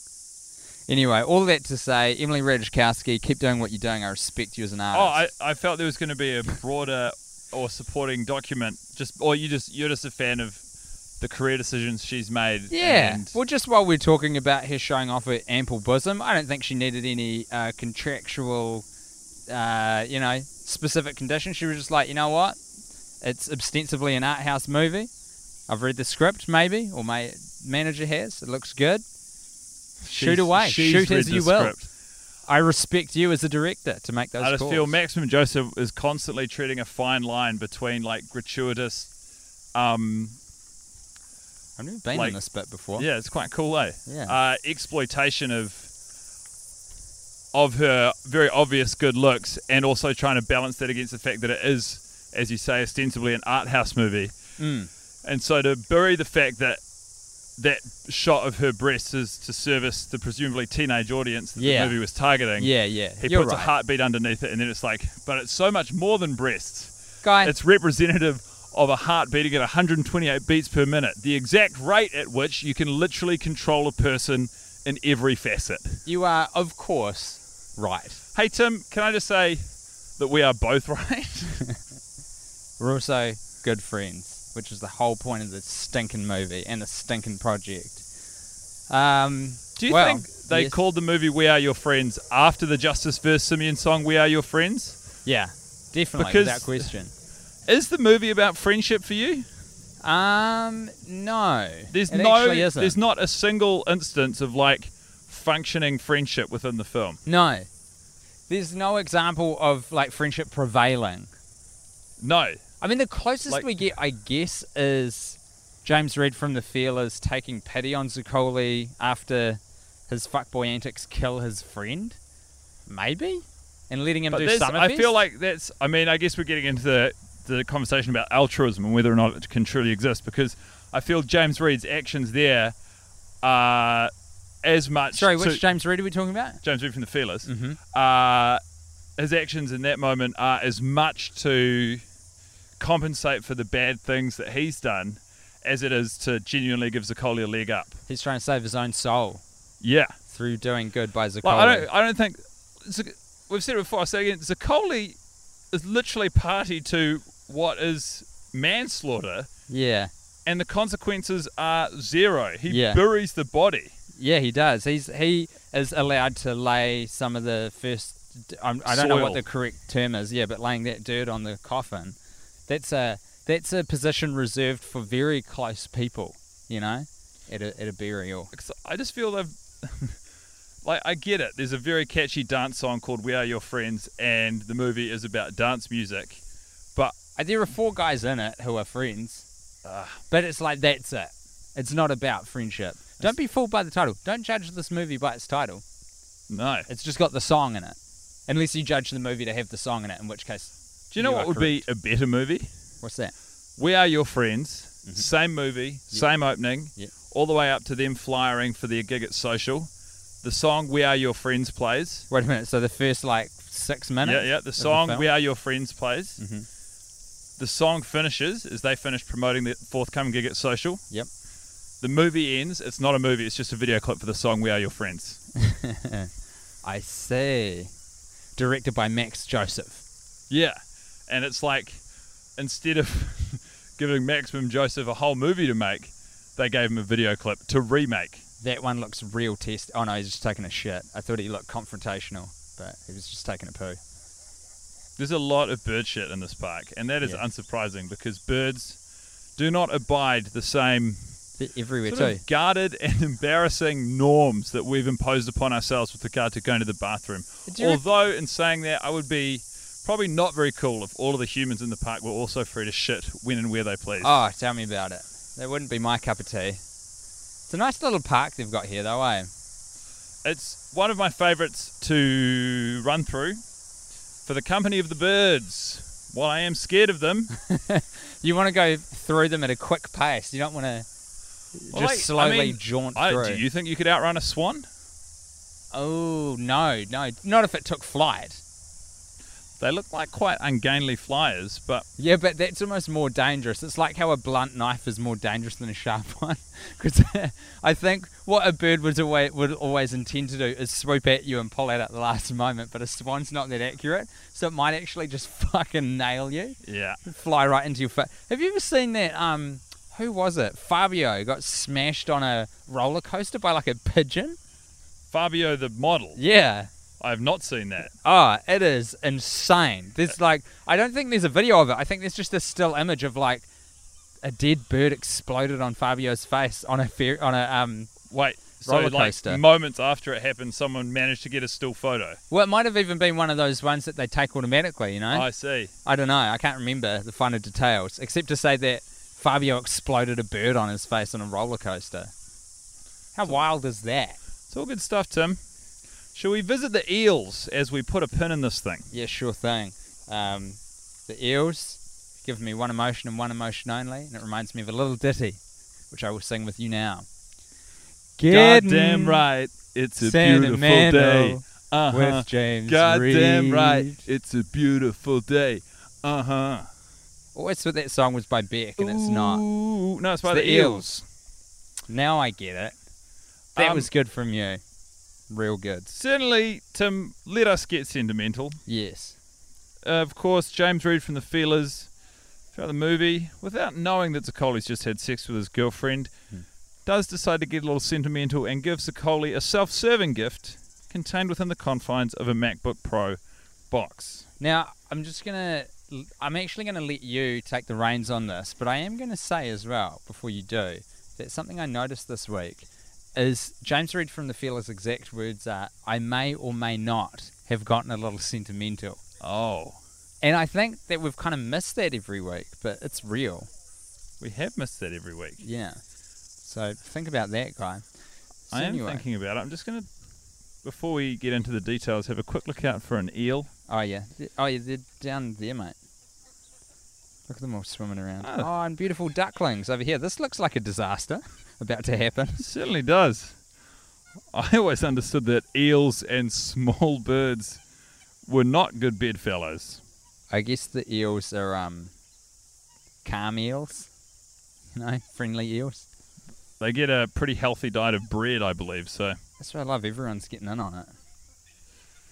Anyway, all that to say, Emily Ratajkowski, keep doing what you're doing. I respect you as an Oh, artist. I, I felt there was going to be a broader or supporting document. Just or you just you're just a fan of the career decisions she's made. yeah. and- well, just while we're talking about her showing off her ample bosom, I don't think she needed any uh, contractual, uh, you know, specific condition. She was just like, you know what? It's ostensibly an art house movie. I've read the script, maybe, or my manager has. It looks good. she's- shoot away. she's Shoot read as the you will. script. I respect you as a director to make those I just calls. feel Maximum Joseph is constantly treading a fine line between like gratuitous. Um, I've never been like- in this bit before. yeah, it's quite cool, eh? Yeah. Uh, exploitation of of her very obvious good looks, and also trying to balance that against the fact that it is, as you say, ostensibly an art house movie. Mm. And so to bury the fact that that shot of her breasts is to service the presumably teenage audience that Yeah. the movie was targeting. Yeah, yeah. He You're puts a right. heartbeat underneath it, and then it's like, but it's so much more than breasts. Guy, It's representative of a heart beating at 128 beats per minute, the exact rate at which you can literally control a person in every facet. you are, of course, right. Hey, Tim, can I just say that we are both right? We're also good friends, which is the whole point of the stinking movie and the stinking project. Um, Do you well, think they yes- called the movie We Are Your Friends after the Justice vs. Simeon song We Are Your Friends? Yeah, definitely, Because- without question. Is the movie about friendship for you? Um, no. There's it no actually isn't. there's not a single instance of like functioning friendship within the film. no. There's no example of like friendship prevailing. No. I mean, the closest Like- we get, I guess, is James Reed from The Feelers taking pity on Zuccoli after his fuckboy antics kill his friend? Maybe? And letting him But do this- summer I feel fest? like that's. I mean, I guess we're getting into the, the conversation about altruism and whether or not it can truly exist because I feel James Reed's actions there are as much. Sorry, which so- James Mm-hmm. Reed are we talking about? James Reed from the Fearless. Uh, his actions in that moment are as much to compensate for the bad things that he's done as it is to genuinely give Zakolia a leg up. He's trying to save his own soul Yeah. through doing good by Zakola. Like, I don't. I don't think Zac- we've said it before. I say it again. Zaccoli is literally party to what is manslaughter, yeah. and the consequences are zero. He Yeah. buries the body. Yeah, he does. He's he is allowed to lay some of the first. I'm, I don't know what the Soil. correct term is. Yeah, but laying that dirt on the coffin, that's a that's a position reserved for very close people. You know, at a at a burial. 'Cause I just feel they've. Like I get it. There's a very catchy dance song called "We Are Your Friends," and the movie is about dance music. But Uh, There are four guys in it who are friends, but it's like that's it. It's not about friendship. Don't be fooled by the title. Don't judge this movie by its title. no, It's just got the song in it. Unless you judge the movie to have the song in it, in which case, do you know are what would be a better movie? correct. What's that? We Are Your Friends, same movie, same opening, Yep. all the way up to them flyering for their gig at Social. The song We Are Your Friends plays. Wait a minute. So the first like six minutes. Yeah, yeah. of The song film? We Are Your Friends plays. The song finishes as they finish promoting the forthcoming gig at Social. Yep. The movie ends. It's not a movie, it's just a video clip for the song We Are Your Friends. I see. Directed by Max Joseph. Yeah. And it's like, instead of giving Maximum Joseph a whole movie to make, they gave him a video clip to remake. That one looks real test. Oh no, he's just taking a shit. I thought he looked confrontational, but he was just taking a poo. There's a lot of bird shit in this park, and that is Yeah. unsurprising because birds do not abide the same They're everywhere sort too. of guarded and embarrassing norms that we've imposed upon ourselves with regard to going to the bathroom. Do you rec- Although, in saying that, I would be probably not very cool if all of the humans in the park were also free to shit when and where they please. Oh, tell me about it. That wouldn't be my cup of tea. It's a nice little park they've got here, though, eh? It's one of my favourites to run through for the company of the birds. While I am scared of them, You want to go through them at a quick pace. You don't want to just Well, like, I slowly mean, jaunt I, through. do you think you could outrun a swan? Oh no, no, not if it took flight. They look like quite ungainly flyers, but Yeah, but that's almost more dangerous. It's like how a blunt knife is more dangerous than a sharp one. Because I think what a bird would always, would always intend to do is swoop at you and pull out at the last moment, but a swan's not that accurate, so it might actually just fucking nail you, yeah. fly right into your face. Have you ever seen that? Um, who was it? Fabio got smashed on a roller coaster by like a pigeon. Fabio the model. Yeah. I have not seen that. Oh, it is insane. There's like, I don't think there's a video of it. I think there's just a still image of like a dead bird exploded on Fabio's face on a fair, on a um. Wait, so Roller like coaster. moments after it happened, someone managed to get a still photo. Well, it might have even been one of those ones that they take automatically. You know, I I, see. don't know. I can't remember the finer details, except to say that Fabio exploded a bird on his face on a roller coaster. How wild is that? It's all good stuff, Tim. Shall we visit the eels as we put a pin in this thing? Yeah, sure thing. Um, the eels give me one emotion and one emotion only, and it reminds me of a little ditty, which I will sing with you now. Goddamn right, it's a beautiful Sentimental day. Uh-huh. with James Goddamn right, Reed. it's a beautiful day. Uh huh. Always thought Oh, that song was by Beck, and it's not. Ooh, no, it's by It's the, the eels. Now I get it. That Um, was good from you. Real good. Certainly, Tim. Let us get sentimental. Yes. uh, of course, James Reed from the Feelers throughout the movie, without knowing that Zaccoli's just had sex with his girlfriend, does decide to get a little sentimental and gives Zaccoli a self serving gift contained within the confines of a MacBook Pro box. Now I'm just gonna. I'm actually gonna let you take the reins on this, but I am gonna say as well before you do that something I noticed this week is James Reed from the Feelers' exact words are, "I may or may not have gotten a little sentimental," Oh, and I think that we've kind of missed that every week, but it's real. we have missed that every week. Yeah. So think about that, guy. I am anyway. thinking about it. I'm just going to, before we get into the details, have a quick look out for an eel. Oh yeah. Th- Oh yeah, they're down there, mate. Look at them all swimming around. Oh. Oh, and beautiful ducklings over here. This looks like a disaster about to happen. It certainly does. I always understood that eels and small birds were not good bedfellows. I guess the eels are um calm eels. You know, friendly eels. They get a pretty healthy diet of bread, I believe. So That's what I love. Everyone's getting in on it.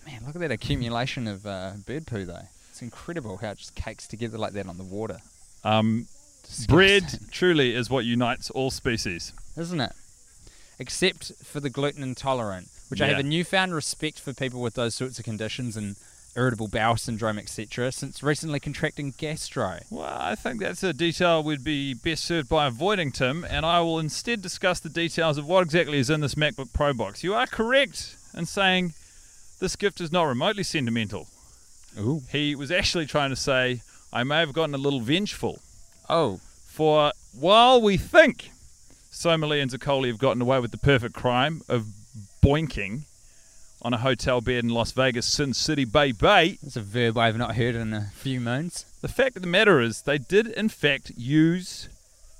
Man, look at that accumulation of uh, bird poo, though. It's incredible how it just cakes together like that on the water. um, bread truly is what unites all species. isn't it? Except for the gluten intolerant, which I have Yeah. a newfound respect for people with those sorts of conditions and irritable bowel syndrome, etc., since recently contracting gastro. Well, I think that's a detail we'd be best served by avoiding, Tim, and I will instead discuss the details of what exactly is in this MacBook Pro box. You are correct in saying this gift is not remotely sentimental. Ooh. He was actually trying to say, I may have gotten a little vengeful. Oh, For while we think Somali and Zaccoli have gotten away with the perfect crime of boinking on a hotel bed in Las Vegas, Sin City, Bay Bay, that's a verb I've not heard in a few moons. the fact of the matter is, they did in fact use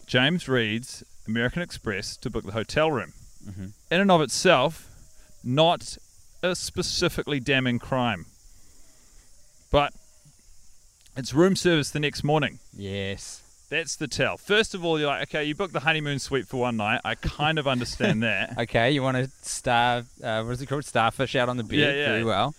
James Reed's American Express to book the hotel room. In and of itself, not a specifically damning crime, but it's room service the next morning. Yes. That's the tell. First of all, you're like, okay, you booked the honeymoon suite for one night. I kind of understand that. Okay, you want to star, uh, what is it called? Starfish out on the bed. Yeah, yeah. Very well.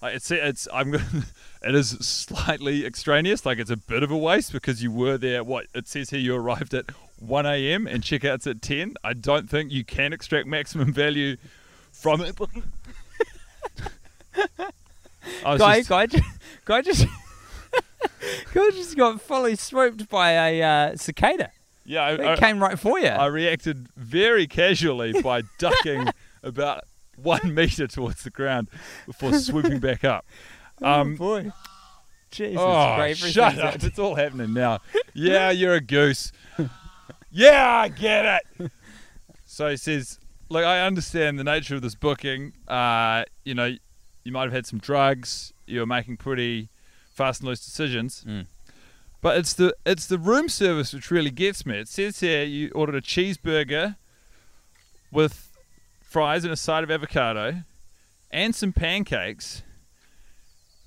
Like, it's it's I'm gonna- it is slightly extraneous. Like it's a bit of a waste because you were there. What it says here, you arrived at 1 a.m. and checkout's at 10. I don't think you can extract maximum value from it. I was Guy, just- guy, ju- guy just. Guy just got fully swooped by a uh, cicada. yeah, I, It I- came right for you. Oh. I reacted very casually by ducking about one meter towards the ground before swooping back up. Um, boy. Jesus oh, Christ, shut everything's up! out- It's all happening now. Yeah, you're a goose. Yeah, I get it. So he says, "Look, I understand the nature of this booking. Uh, you know, you might have had some drugs. You were making pretty fast and loose decisions." Mm. But it's the it's the room service which really gets me. It says here you ordered a cheeseburger with fries and a side of avocado and some pancakes.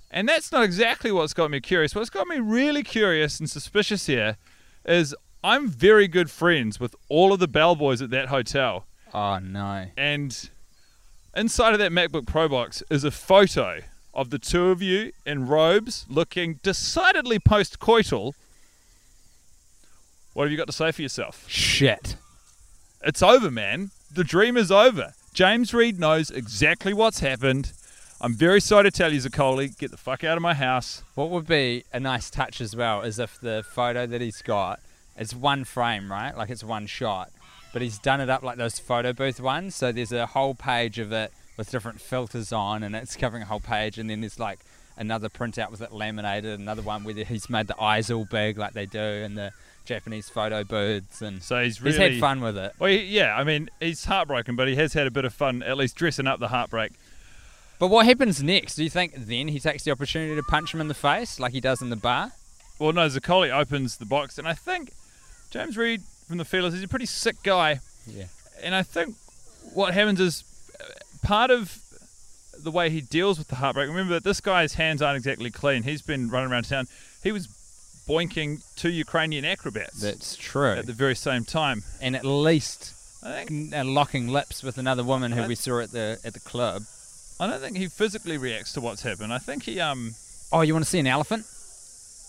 And that's not exactly what's got me curious. What's got me really curious and suspicious here is I'm very good friends with all of the bellboys at that hotel. Oh no. And inside of that MacBook Pro box is a photo of the two of you in robes looking decidedly post coital. What have you got to say for yourself? Shit. It's over, man. The dream is over. James Reed knows exactly what's happened. I'm very sorry to tell you, Zaccoli. Get the fuck out of my house. What would be a nice touch as well is if the photo that he's got is one frame, right? Like it's one shot. But he's done it up like those photo booth ones. So there's a whole page of it with different filters on and it's covering a whole page. And then there's like another printout with it laminated, another one where he's made the eyes all big like they do in the Japanese photo booths. And So he's really he's had fun with it. Well, he, yeah, I mean, he's heartbroken, but he has had a bit of fun, at least dressing up the heartbreak. But what happens next? Do you think then he takes the opportunity to punch him in the face like he does in the bar? Well, no, Zaccoli opens the box, and I think James Reed from the Feelers is a pretty sick guy. Yeah. And I think what happens is uh, part of the way he deals with the heartbreak. Remember that this guy's hands aren't exactly clean. He's been running around town. He was boinking two Ukrainian acrobats That's true. at the very same time. and at least I think uh, locking lips with another woman who we saw at the at the club. I don't think he physically reacts to what's happened. I think he um. Oh, you want to see an elephant?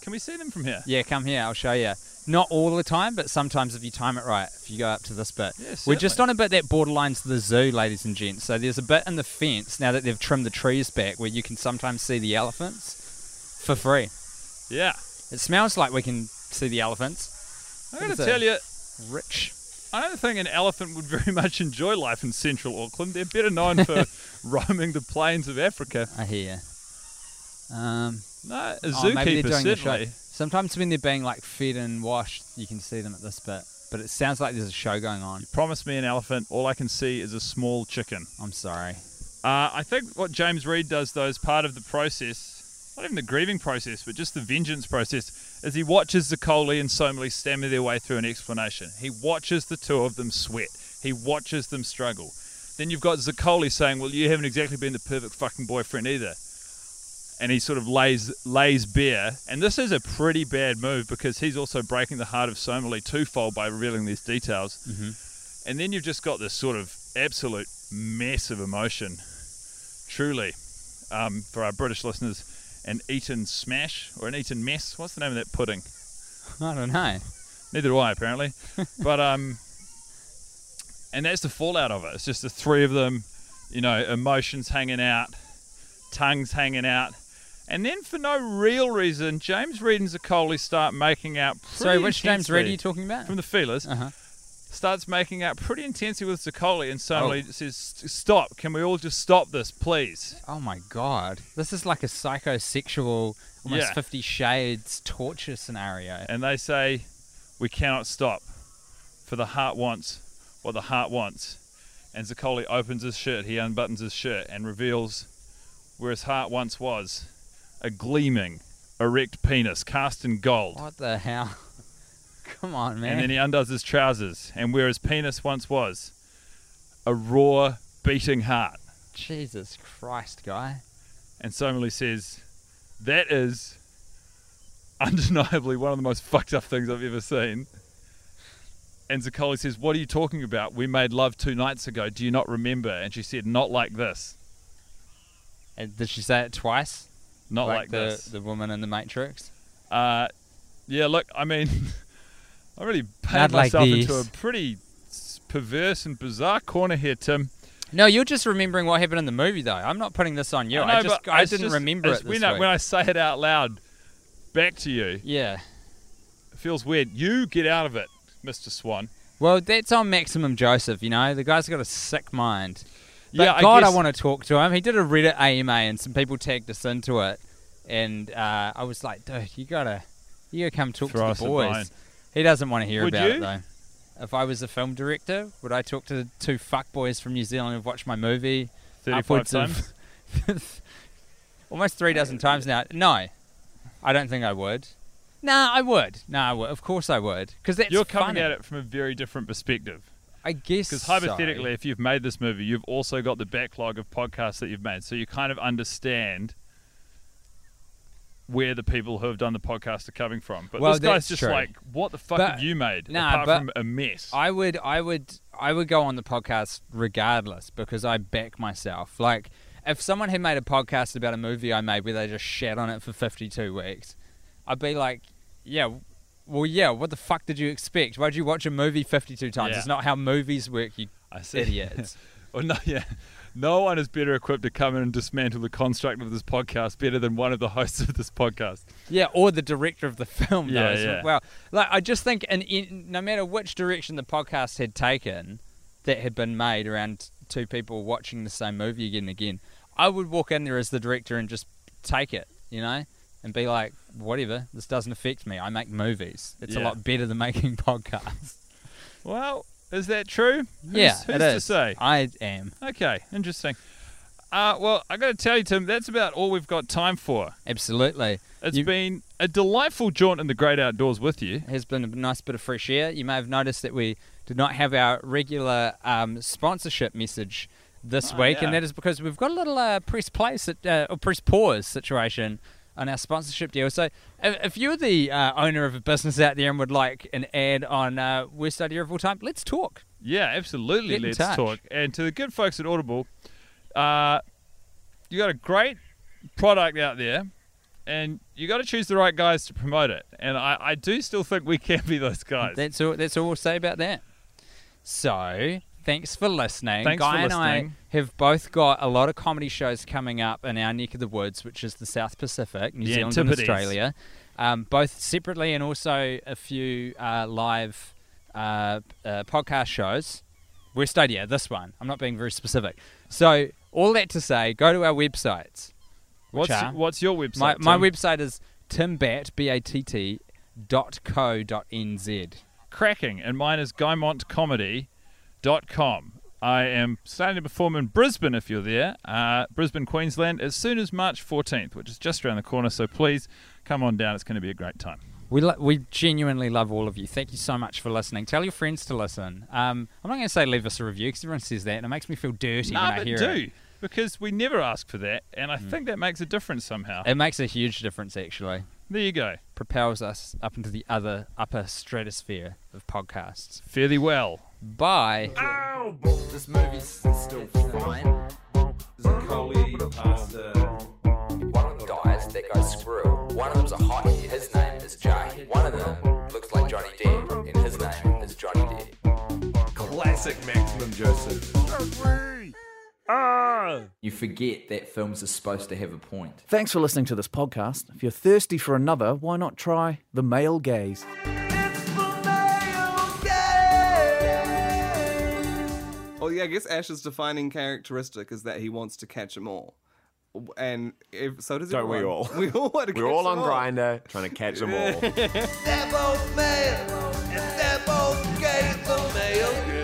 Can we see them from here? Yeah, come here. I'll show you. Not all the time, but sometimes if you time it right, if you go up to this bit. Yeah, We're just on a bit that borderlines the zoo, ladies and gents. So there's a bit in the fence now that they've trimmed the trees back where you can sometimes see the elephants for free. Yeah. It smells like we can see the elephants. I'm going It's to a- tell you, Rich. I don't think an elephant would very much enjoy life in central Auckland. They're better known for roaming the plains of Africa. I hear. Um, No, a oh, maybe zookeeper they're doing the show. certainly. Sometimes when they're being like fed and washed, you can see them at this bit. but it sounds like there's a show going on. Promise me an elephant. All I can see is a small chicken. I'm sorry. Uh, I think what James Reed does, though, is part of the process, not even the grieving process, but just the vengeance process, is he watches Zaccoli and Somley stammer their way through an explanation. He watches the two of them sweat. He watches them struggle. Then you've got Zaccoli saying, well, you haven't exactly been the perfect fucking boyfriend either. And he sort of lays lays bare. And this is a pretty bad move because he's also breaking the heart of Somley twofold by revealing these details. And then you've just got this sort of absolute mess of emotion, truly, um, for our British listeners. An Eton smash or an Eton mess. What's the name of that pudding? I don't know. Neither do I, apparently. but um, and that's the fallout of it. It's just the three of them, you know, emotions hanging out, tongues hanging out, and then for no real reason, James Reed and Zaccoli start making out. Pretty Sorry, which James Reed are intensely. you talking about? From the feelers, Uh-huh. starts making out pretty intensely with Zaccoli, and suddenly says, "Stop! Can we all just stop this, please?" oh my god, this is like a psychosexual, almost Yeah. Fifty Shades torture scenario. and they say, "We cannot stop, for the heart wants what the heart wants." And Zaccoli opens his shirt, he unbuttons his shirt, and reveals where his heart once was a gleaming, erect penis cast in gold. What the hell? Come on, Oh, man. And then he undoes his trousers, and where his penis once was a raw, beating heart. Jesus Christ, guy. And Somali says, That is undeniably one of the most fucked up things I've ever seen. And Zaccoli says, What are you talking about? We made love two nights ago. Do you not remember? And she said, Not like this. And did she say it twice? Not like, the this. the woman in the Matrix. Uh, yeah, look, I mean, I really Not painted like myself into a these. pretty s- perverse and bizarre corner here, Tim. No, you're just remembering what happened in the movie, though. I'm not putting this on you. know, I just but I it's didn't just- remember it's it. This when, I, week. when I say it out loud back to you, yeah. it feels weird. You get out of it, Mr. Swan. Well, that's on Maximum Joseph. You know, the guy's got a sick mind. But Yeah, I God, I guess- want to talk to him. He did a Reddit AMA, and some people tagged us into it, and uh, I was like, dude, you gotta, you gotta come talk Throw to us the a bone. boys. He doesn't want to hear Would about you? it though. If I was a film director, would I talk to the two fuckboys from New Zealand who've watched my movie 35 upwards times? of almost three dozen times now? No, I don't think I would. Nah, I would. Nah, I would. Of course I would, because that's You're coming funny. at it from a very different perspective. I guess Because so. hypothetically, if you've made this movie, you've also got the backlog of podcasts that you've made. So you kind of understand where the people who have done the podcast are coming from. But Well, this guy's that's just true. like, what the fuck But- have you made? nah, apart but from a mess. I would, I would, I would go on the podcast regardless because I back myself. Like, if someone had made a podcast about a movie I made where they just shat on it for fifty-two weeks, I'd be like, yeah, well, yeah. What the fuck did you expect? Why'd you watch a movie fifty-two times? Yeah. It's not how movies work, you I see. idiots. Well, no, yeah. No one is better equipped to come in and dismantle the construct of this podcast better than one of the hosts of this podcast. Yeah, or the director of the film. Yeah, Yeah, though, yeah. yeah. Well, like I just think, in, in, no matter which direction the podcast had taken, that had been made around two people watching the same movie again and again, I would walk in there as the director and just take it, you know, and be like, whatever, this doesn't affect me. I make movies. It's a Yeah. lot better than making podcasts. Well, is that true? Who's- yeah, who's it to is. say? I am Okay, interesting. Uh, well, I got to tell you, Tim, that's about all we've got time for. absolutely. It's You- been a delightful jaunt in the great outdoors with you. has been a nice bit of fresh air. You may have noticed that we did not have our regular um, sponsorship message this Oh, week, yeah. and that is because we've got a little uh, press play sit- uh, or press pause situation on our sponsorship deal. So, if, if you're the uh, owner of a business out there and would like an ad on uh, Worst Idea of All Time, let's talk. Yeah, absolutely. Get in Let's touch. talk. And to the good folks at Audible, uh, you got a great product out there, and you got to choose the right guys to promote it. And I, I do still think we can be those guys. That's all. That's all we'll say about that. So thanks for listening. Thanks Guy for and I listening. have both got a lot of comedy shows coming up in our neck of the woods, which is the South Pacific, New The Zealand, Antipodes. and Australia, um, both separately and also a few uh, live uh, uh, podcast shows. West Idea, this one. I'm not being very specific. So all that to say, go to our websites. what's, Char. what's your website? My, my Tim? website is timbat, B-A-T-T, dot co dot nz. cracking. And mine is guymontcomedy.com. I am starting to perform in Brisbane if you're there, uh, Brisbane, Queensland, as soon as March 14th, which is just around the corner. So please come on down. It's going to be a great time. We, lo- we genuinely love all of you. Thank you so much for listening. Tell your friends to listen. Um, I'm not going to say leave us a review because everyone says that and it makes me feel dirty No, when I but hear do it. Mm. because we never ask for that, and I think that makes a difference somehow. It makes a huge difference, actually. There you go. Propels us up into the other upper stratosphere of podcasts. Fare thee well. Bye. This movie's still fine. Zicoli, pasta. One of them dies, they go screw. One of them's a hottie, his name is Jay. One of them looks like Johnny Depp, and his name is Johnny Depp. Classic Maximum Joseph. You forget that films are supposed to have a point. Thanks for listening to this podcast. If you're thirsty for another, why not try The Male Gaze? Well, yeah, I guess Ash's defining characteristic is that he wants to catch them all, and if, so does Don't we everyone. all? We all want to catch We're all 'em on Grinder trying to catch them all. They're both male, and they're both gay, the male